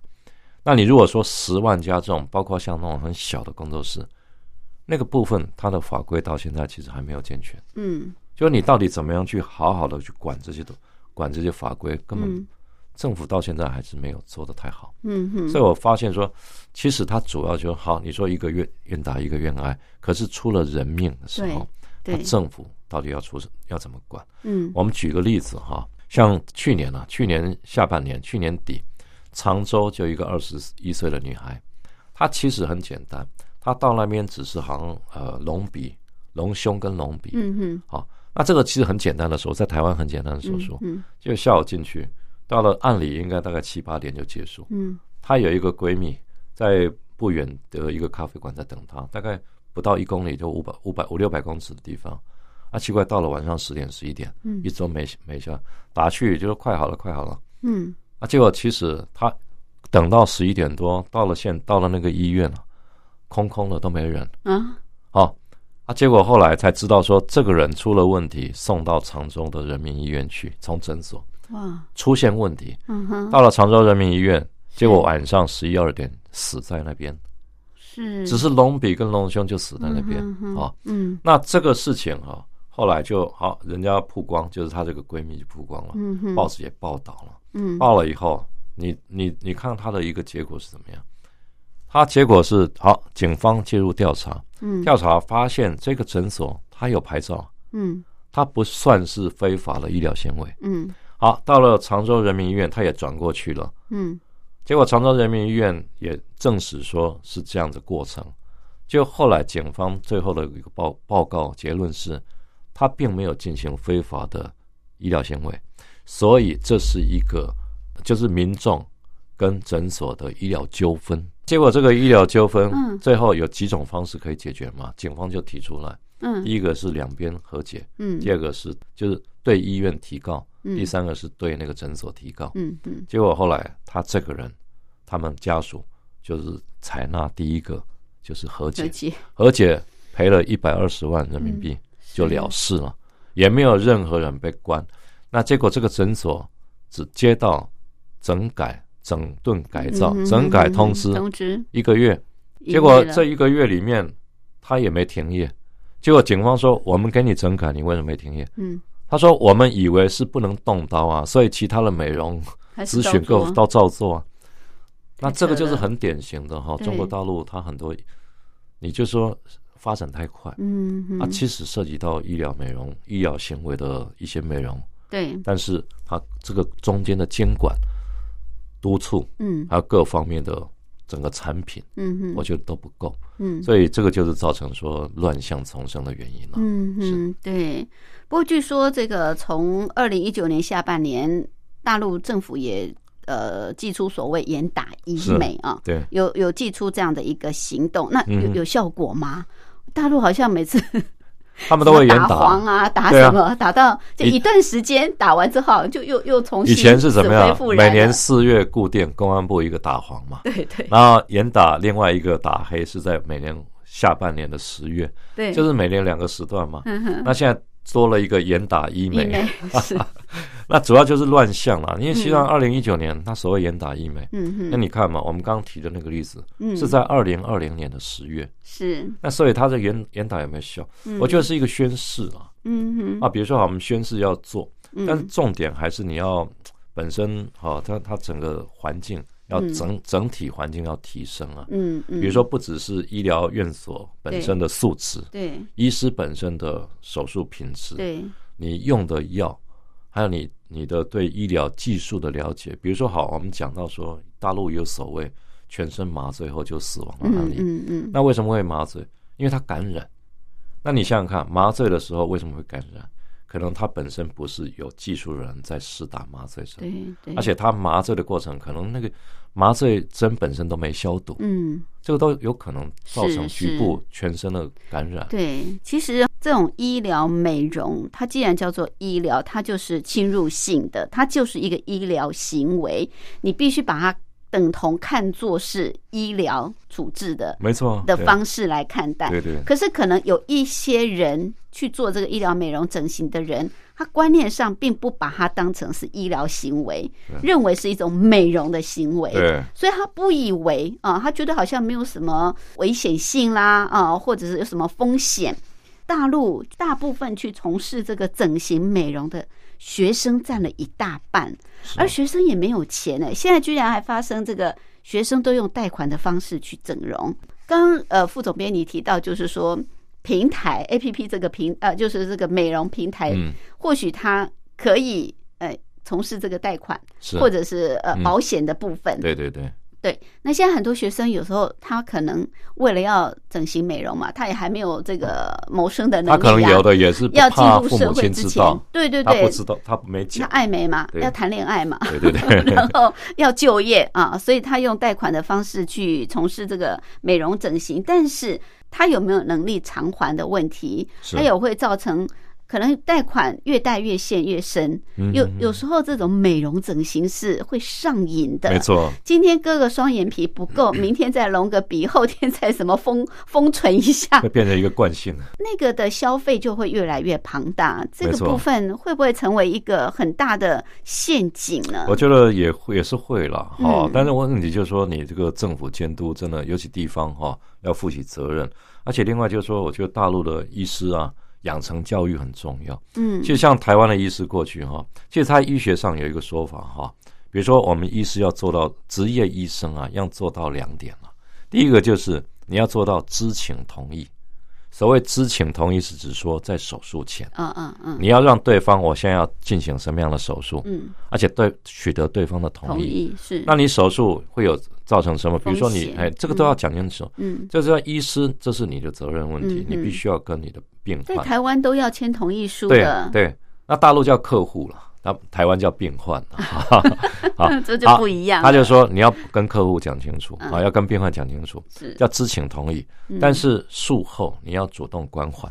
那你如果说十万家这种，包括像那种很小的工作室，那个部分它的法规到现在其实还没有健全，嗯就是你到底怎么样去好好的去管这些的，管这些法规，根本嗯政府到现在还是没有做得太好。嗯哼，所以我发现说，其实它主要就是好，你说一个愿愿打一个愿挨，可是出了人命的时候，那对，政府到底要出要怎么管？嗯我们举个例子哈，像去年啊，去年下半年，去年底，常州就有一个二十一岁的女孩，她其实很简单，她到那边只是好像呃隆鼻、隆胸跟隆鼻，嗯哼，那这个其实很简单的手术，在台湾很简单的手术，嗯就下午进去，到了按理应该大概七八点就结束，嗯她有一个闺蜜在不远的一个咖啡馆在等她，大概不到一公里就五百五百五六百公尺的地方。啊，奇怪，到了晚上十点十一点，嗯一周没没下，打去就是快好了，快好了。嗯啊，结果其实他等到十一点多，到了县，到了那个医院了，空空的都没人。嗯啊，哦，啊，结果后来才知道说这个人出了问题，送到常州的人民医院去，从诊所。哇，出现问题，嗯哼，到了常州人民医院，结果晚上十一二点死在那边，是只是隆比跟隆兄就死在那边嗯哼嗯哼啊。嗯那这个事情哈、后来就好，人家曝光，就是她这个闺蜜就曝光了，嗯哼报纸也报道了。嗯报了以后，你你你看她的一个结果是怎么样？她结果是好，警方介入调查，嗯调查发现这个诊所它有牌照，嗯它不算是非法的医疗行为。嗯好，到了常州人民医院，他也转过去了。嗯结果常州人民医院也证实说是这样的过程。就后来警方最后的一个报报告结论是，他并没有进行非法的医疗行为，所以这是一个就是民众跟诊所的医疗纠纷。结果这个医疗纠纷嗯最后有几种方式可以解决嘛？警方就提出来，第嗯一个是两边和解，嗯，第二个是就是对医院提告，嗯第三个是对那个诊所提告。嗯嗯结果后来他这个人，他们家属就是采纳第一个就是和和解，解嗯和解赔了一百二十万人民币就了事了，也没有任何人被关。那结果这个诊所只接到整改、整顿改造、嗯哼整改通嗯知哼通知，一个月，一结个果月了这一个月里面他也没停业。结果警方说：“我们给你整改，你为什么没停业嗯？”他说：“我们以为是不能动刀啊，所以其他的美容还是只选照购做到照做啊。那太这个扯就是了很典型的哈，对中国大陆它很多，你就说发展太快，嗯它嗯啊其实涉及到医疗美容、医疗行为的一些美容，对但是它这个中间的监管、督促嗯还有各方面的整个产品，嗯嗯我觉得都不够，嗯所以这个就是造成说乱象丛生的原因了。嗯是嗯，对。不过据说这个从二零一九年下半年，大陆政府也呃寄出所谓严打医是美啊，对，有有寄出这样的一个行动，那有嗯有效果吗？大陆好像每次他们都会严打黄啊，打对啊什么，打到就以一段时间，打完之后就又又重新以前是怎么死样灰复？燃每年了四月固定公安部一个打黄嘛， [LAUGHS] 对对然后严打另外一个打黑是在每年下半年的十月，对，就是是每年两个时段嘛。嗯哼，那现在多了一个严打医医美美， [LAUGHS] 是那主要就是乱象啦。因为西藏二零一九年它所谓严打医美，嗯那哼你看嘛，我们刚刚提的那个例子嗯是在二零二零年的十月，是，那所以它的严严打有没有效？我觉得是一个宣誓啊嗯啊，哼，比如说好，我们宣誓要做，嗯但是重点还是你要本身哈，它它整个环境要嗯整整体环境要提升啊。嗯嗯，比如说，不只是医疗院所本身的素质，对医师本身的手术品质，对，你用的药，还有你你的对医疗技术的了解。比如说，好，我们讲到说，大陆有所谓全身麻醉后就死亡的案嗯例，嗯嗯，那为什么会麻醉？因为它感染。那你想想看，麻醉的时候为什么会感染？可能他本身不是有技术人在施打麻醉针，对对，而且他麻醉的过程，可能那个麻醉针本身都没消毒，嗯。这个都有可能造成是局部全身的感染。对，其实这种医疗美容，它既然叫做医疗，它就是侵入性的，它就是一个医疗行为，你必须把它等同看作是医疗处置的没错，的对方式来看待。对对可是可能有一些人去做这个医疗美容整形的人，他观念上并不把它当成是医疗行为，认为是一种美容的行为。对所以他不以为啊，他觉得好像没有什么危险性啦，啊，或者是有什么风险。大陆大部分去从事这个整形美容的学生占了一大半，而学生也没有钱呢、现在居然还发生这个学生都用贷款的方式去整容。刚呃，副总编你提到就是说平台 A P P 这个平呃，就是这个美容平台，嗯或许它可以呃从事这个贷款是，或者是呃嗯保险的部分，对对对，对，那现在很多学生有时候他可能为了要整形美容嘛，他也还没有这个谋生的能力、他啊，可能有的也是要进怕入父社母会亲之知前道，，对对他对不，知道，他没他讲，爱美嘛，对要谈恋爱 [LAUGHS] 嘛，对对 [LAUGHS] 对，然后要就业啊，所以他用贷款的方式去从事这个美容整形，但是他有没有能力偿还的问题，是还有会造成。可能贷款越贷越陷越深。有嗯有时候这种美容整形是会上瘾的，没。错，今天割个双眼皮不 [CLEARS THROAT] 够，明天再隆个鼻，后天再什么丰丰唇一下会，变成一个惯性。那个的消费就会越来越庞大。这个没错部分会不会成为一个很大的陷阱呢？我觉得也会也是会啦，哈、啊嗯但是问题就是说，你这个政府监督真的，尤其地方哈、要负起责任。而且另外就是说，我觉得大陆的医师啊，养成教育很重要。嗯其实像台湾的医师过去哈、其实他医学上有一个说法哈、比如说我们医师要做到职业医生啊，要做到两点啊。第一个就是你要做到知情同意。所谓知情同意是指说在手术前，嗯嗯嗯，你要让对方我现在要进行什么样的手术，嗯而且对取得对方的同同意。意是那你手术会有造成什么？比如说风你险哎，这个都要讲清楚。嗯，就是要医师，这是你的责任问题嗯，你嗯必须要跟你的病在患。台湾都要签同意书对啊 [LAUGHS] 的，对，那大陆叫客户了，那台湾叫病患 [LAUGHS] 了。哈哈好这就不一样了他就说你要跟客户讲清楚嗯啊，要跟病患讲清楚，是嗯要知情同意。但是术后你要主动关怀，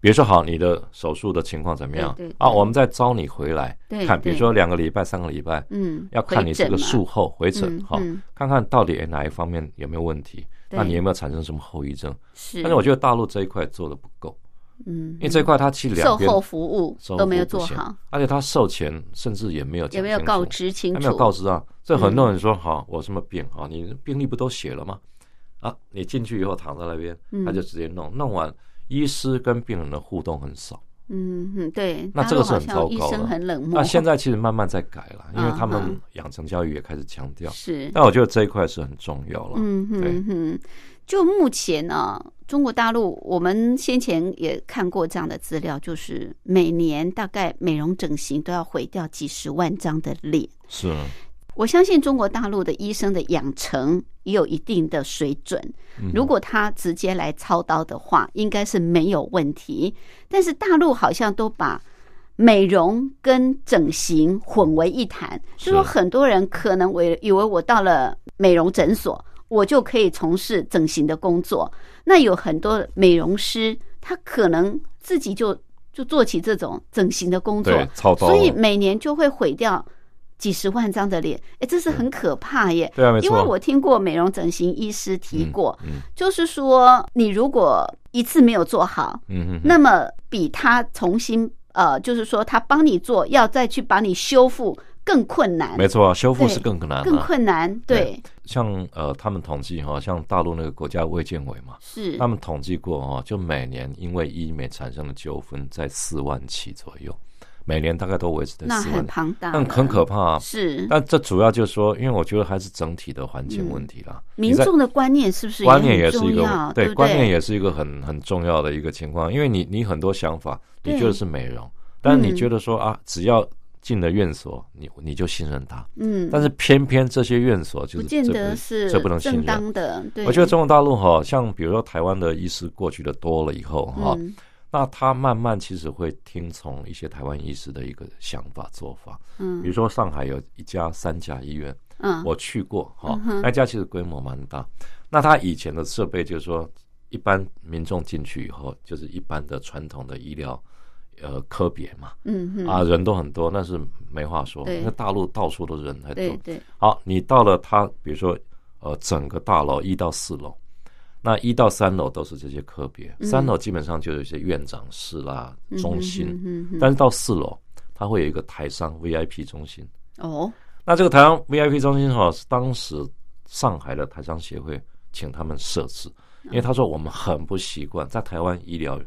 比如说好你的手术的情况怎么样对对对啊，我们再招你回来对看，比如对说两个礼拜、三个礼拜，嗯，要看你这个术数后回诊哈、嗯嗯看看到底哪一方面有没有问题，对那你有没有产生什么后遗症？是，但是我觉得大陆这一块做的不够，嗯因为这一块它其实两售边后服务售后都没有服做务不行好，，而且他售前甚至也没有也讲没有清告楚，知清他楚，嗯没有告知啊。这很多人说好、我什么病啊，你病历不都写了吗？啊，你进去以后躺在那边，嗯他就直接弄，弄完医师跟病人的互动很少。嗯嗯，对，那大这个陆是好很像糟医糕生了很冷漠，那现在其实慢慢在改了，因为他嗯们嗯养成教育也开始强调。是但我觉得这一块是很重要了。嗯对哼哼，就目前呢、中国大陆我们先前也看过这样的资料，就是每年大概美容整形都要毁掉几十万张的脸。是，我相信中国大陆的医生的养成也有一定的水准。如果他直接来操刀的话，应该是没有问题。但是大陆好像都把美容跟整形混为一谈，就是说很多人可能为以为我到了美容诊所，我就可以从事整形的工作。那有很多美容师，他可能自己就就做起这种整形的工作，对，操刀所以每年就会毁掉几十万张的脸，哎，这是很可怕耶。对啊，没错，因为我听过美容整形医师提嗯过，嗯就是说你如果一次没有做好，嗯嗯，那么比他重新呃，就是说他帮你做，要再去把你修复更困难，没错，修复对是更难、啊，更困难。对对，像呃，他们统计哈、像大陆那个国家卫健委嘛，是他们统计过哈、就每年因为医美产生的纠纷在四万起左右，每年大概都维持在那四很万，庞大了，但很可怕、啊。是但这主要就是说，因为我觉得还是整体的环境问题啦，你嗯民在众的观念是不是观念也也很是一重个要？对不观念对也是一个很很重要的一个情况，因为你你很多想法，你对觉得是美容，但是嗯你觉得说、啊，只要进了院所，你你就信任他，嗯，但是偏偏这些院所就不是见这得是这不能信正任。当的。对，我觉得中国大陆哈、像比如说台湾的医师过去的多了以后哈、嗯那他慢慢其实会听从一些台湾医师的一个想法做法。嗯比如说上海有一家三甲医院，嗯，我去过哈、嗯哼那家其实规模蛮大。那他以前的设备就是说，一般民众进去以后，就是一般的传统的医疗呃科别嘛，嗯哼啊，人都很多，那是没话说。对那大陆到处都人太多，对对，好，你到了它，比如说呃，整个大楼一到四楼，那一到三楼都是这些科别，三楼基本上就有一些院长室啦、中心，嗯嗯哼但是到四楼，它会有一个台商 VIP 中心。哦，那这个台商 VIP 中心哈、是当时上海的台商协会请他们设置，嗯因为他说我们很不习惯在台湾医疗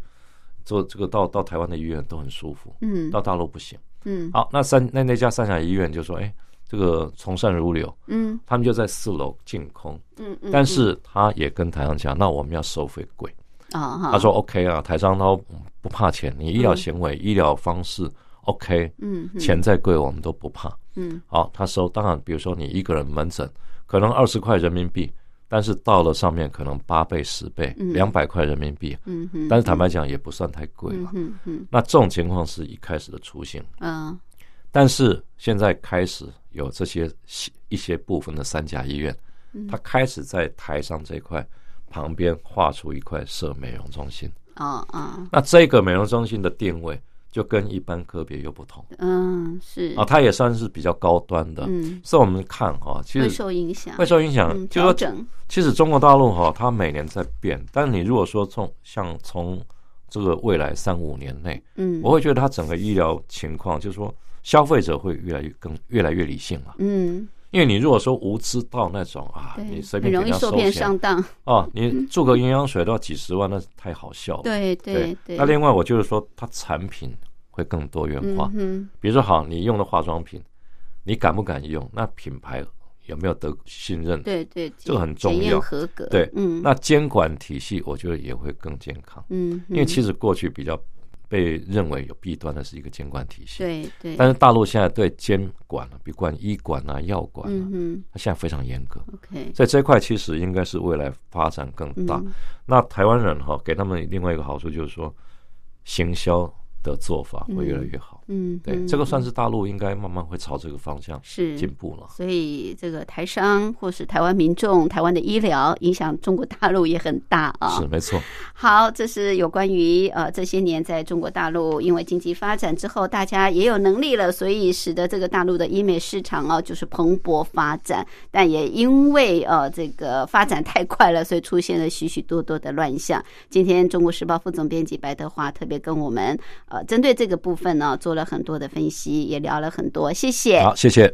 做这个到到台湾的医院都很舒服，嗯到大陆不行。嗯好，那三那那家三峡医院就说，哎，这个从善如流。嗯他们就在四楼净空，嗯嗯，但是他也跟台商讲，那我们要收费贵。啊哈，他说 OK 啊，台商他不怕钱，你医疗行为、医疗方式 OK，嗯嗯钱再贵我们都不怕。嗯好，他收当然，比如说你一个人门诊可能二十块人民币，但是到了上面可能八倍、十倍、嗯两百块人民币，嗯嗯，但是坦白讲也不算太贵嗯了。嗯嗯那这种情况是一开始的雏形，嗯但是现在开始有这些西一些部分的三甲医院，嗯它开始在台上这一块旁边划出一块设美容中心。啊啊那这个美容中心的定位就跟一般个别又不同嗯，是啊，，它也算是比较高端的。嗯，所以我们看哈，其会实受影响，会受影响嗯，就调说整，其实中国大陆哈，它每年在变，但你如果说从像从这个未来三五年内，嗯，我会觉得它整个医疗情况，就是说消费者会越来越更越来越理性了。嗯，因为你如果说无知到那种啊，对，你随很便给容人易家受收骗钱上当，啊，你注个营养水都要几十万，那太好笑了。对对对，那另外我就是说，它产品会更多元嗯化。哼，比如说，好，你用的化妆品，你敢不敢用？那品牌有没有得信任？对对，这个很检重验要合格，对嗯，那监管体系，我觉得也会更健康。嗯，因为实其实过去比较被认为有弊端的是一个监管体系，对对，但是大陆现在对监管啊，比如管医管啊、药管啊，嗯它现在非常严格。哼，OK，所以这一块其实应该是未来发展更大。嗯那台湾人哈、给他们另外一个好处就是说，行销的做法会越来越好。嗯，对，嗯这个算是大陆应该慢慢会朝这个方向是进步了。所以这个台商或是台湾民众、台湾的医疗影响中国大陆也很大啊。是没错，好，这是有关于呃这些年在中国大陆因为经济发展之后，大家也有能力了，所以使得这个大陆的医美市场哦就是蓬勃发展，但也因为呃这个发展太快了，所以出现了许许多多的乱象。今天《中国时报》副总编辑白德华特别跟我们呃针对这个部分呢、做了很多的分析，也聊了很多，谢谢。好，谢谢。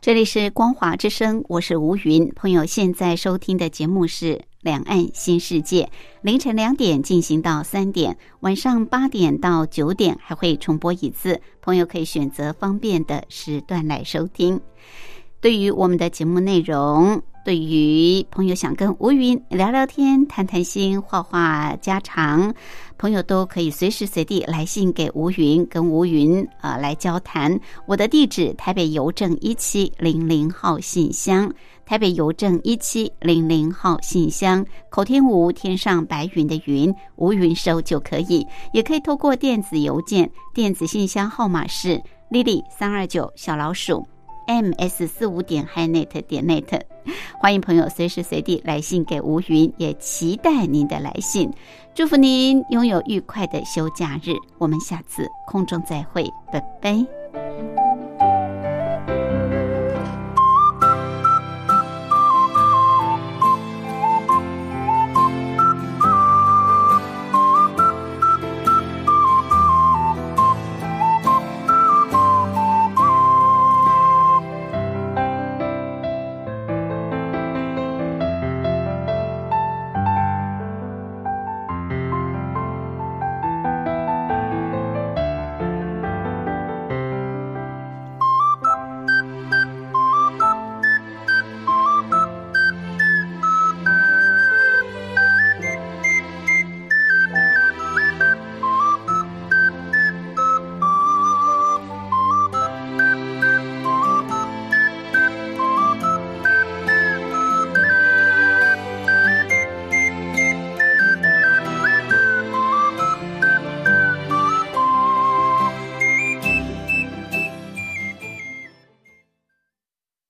这里是光华之声，我是吴云。朋友现在收听的节目是《两岸新世界》，凌晨两点进行到三点，晚上八点到九点还会重播一次，朋友可以选择方便的时段来收听。对于我们的节目内容，对于朋友想跟吴云聊聊天、谈谈心、话话家常，朋友都可以随时随地来信给吴云，跟吴云呃来交谈。我的地址：台北邮政一七零零号信箱，台北邮政一七零零号信箱。口天吴，天上白云的云，吴云收就可以，也可以透过电子邮件，电子信箱号码是 lily 三二九小老鼠。ms 四五点 hinet E 点 net，欢迎朋友随时随地来信给吴云，也期待您的来信。祝福您拥有愉快的休假日，我们下次空中再会，拜拜。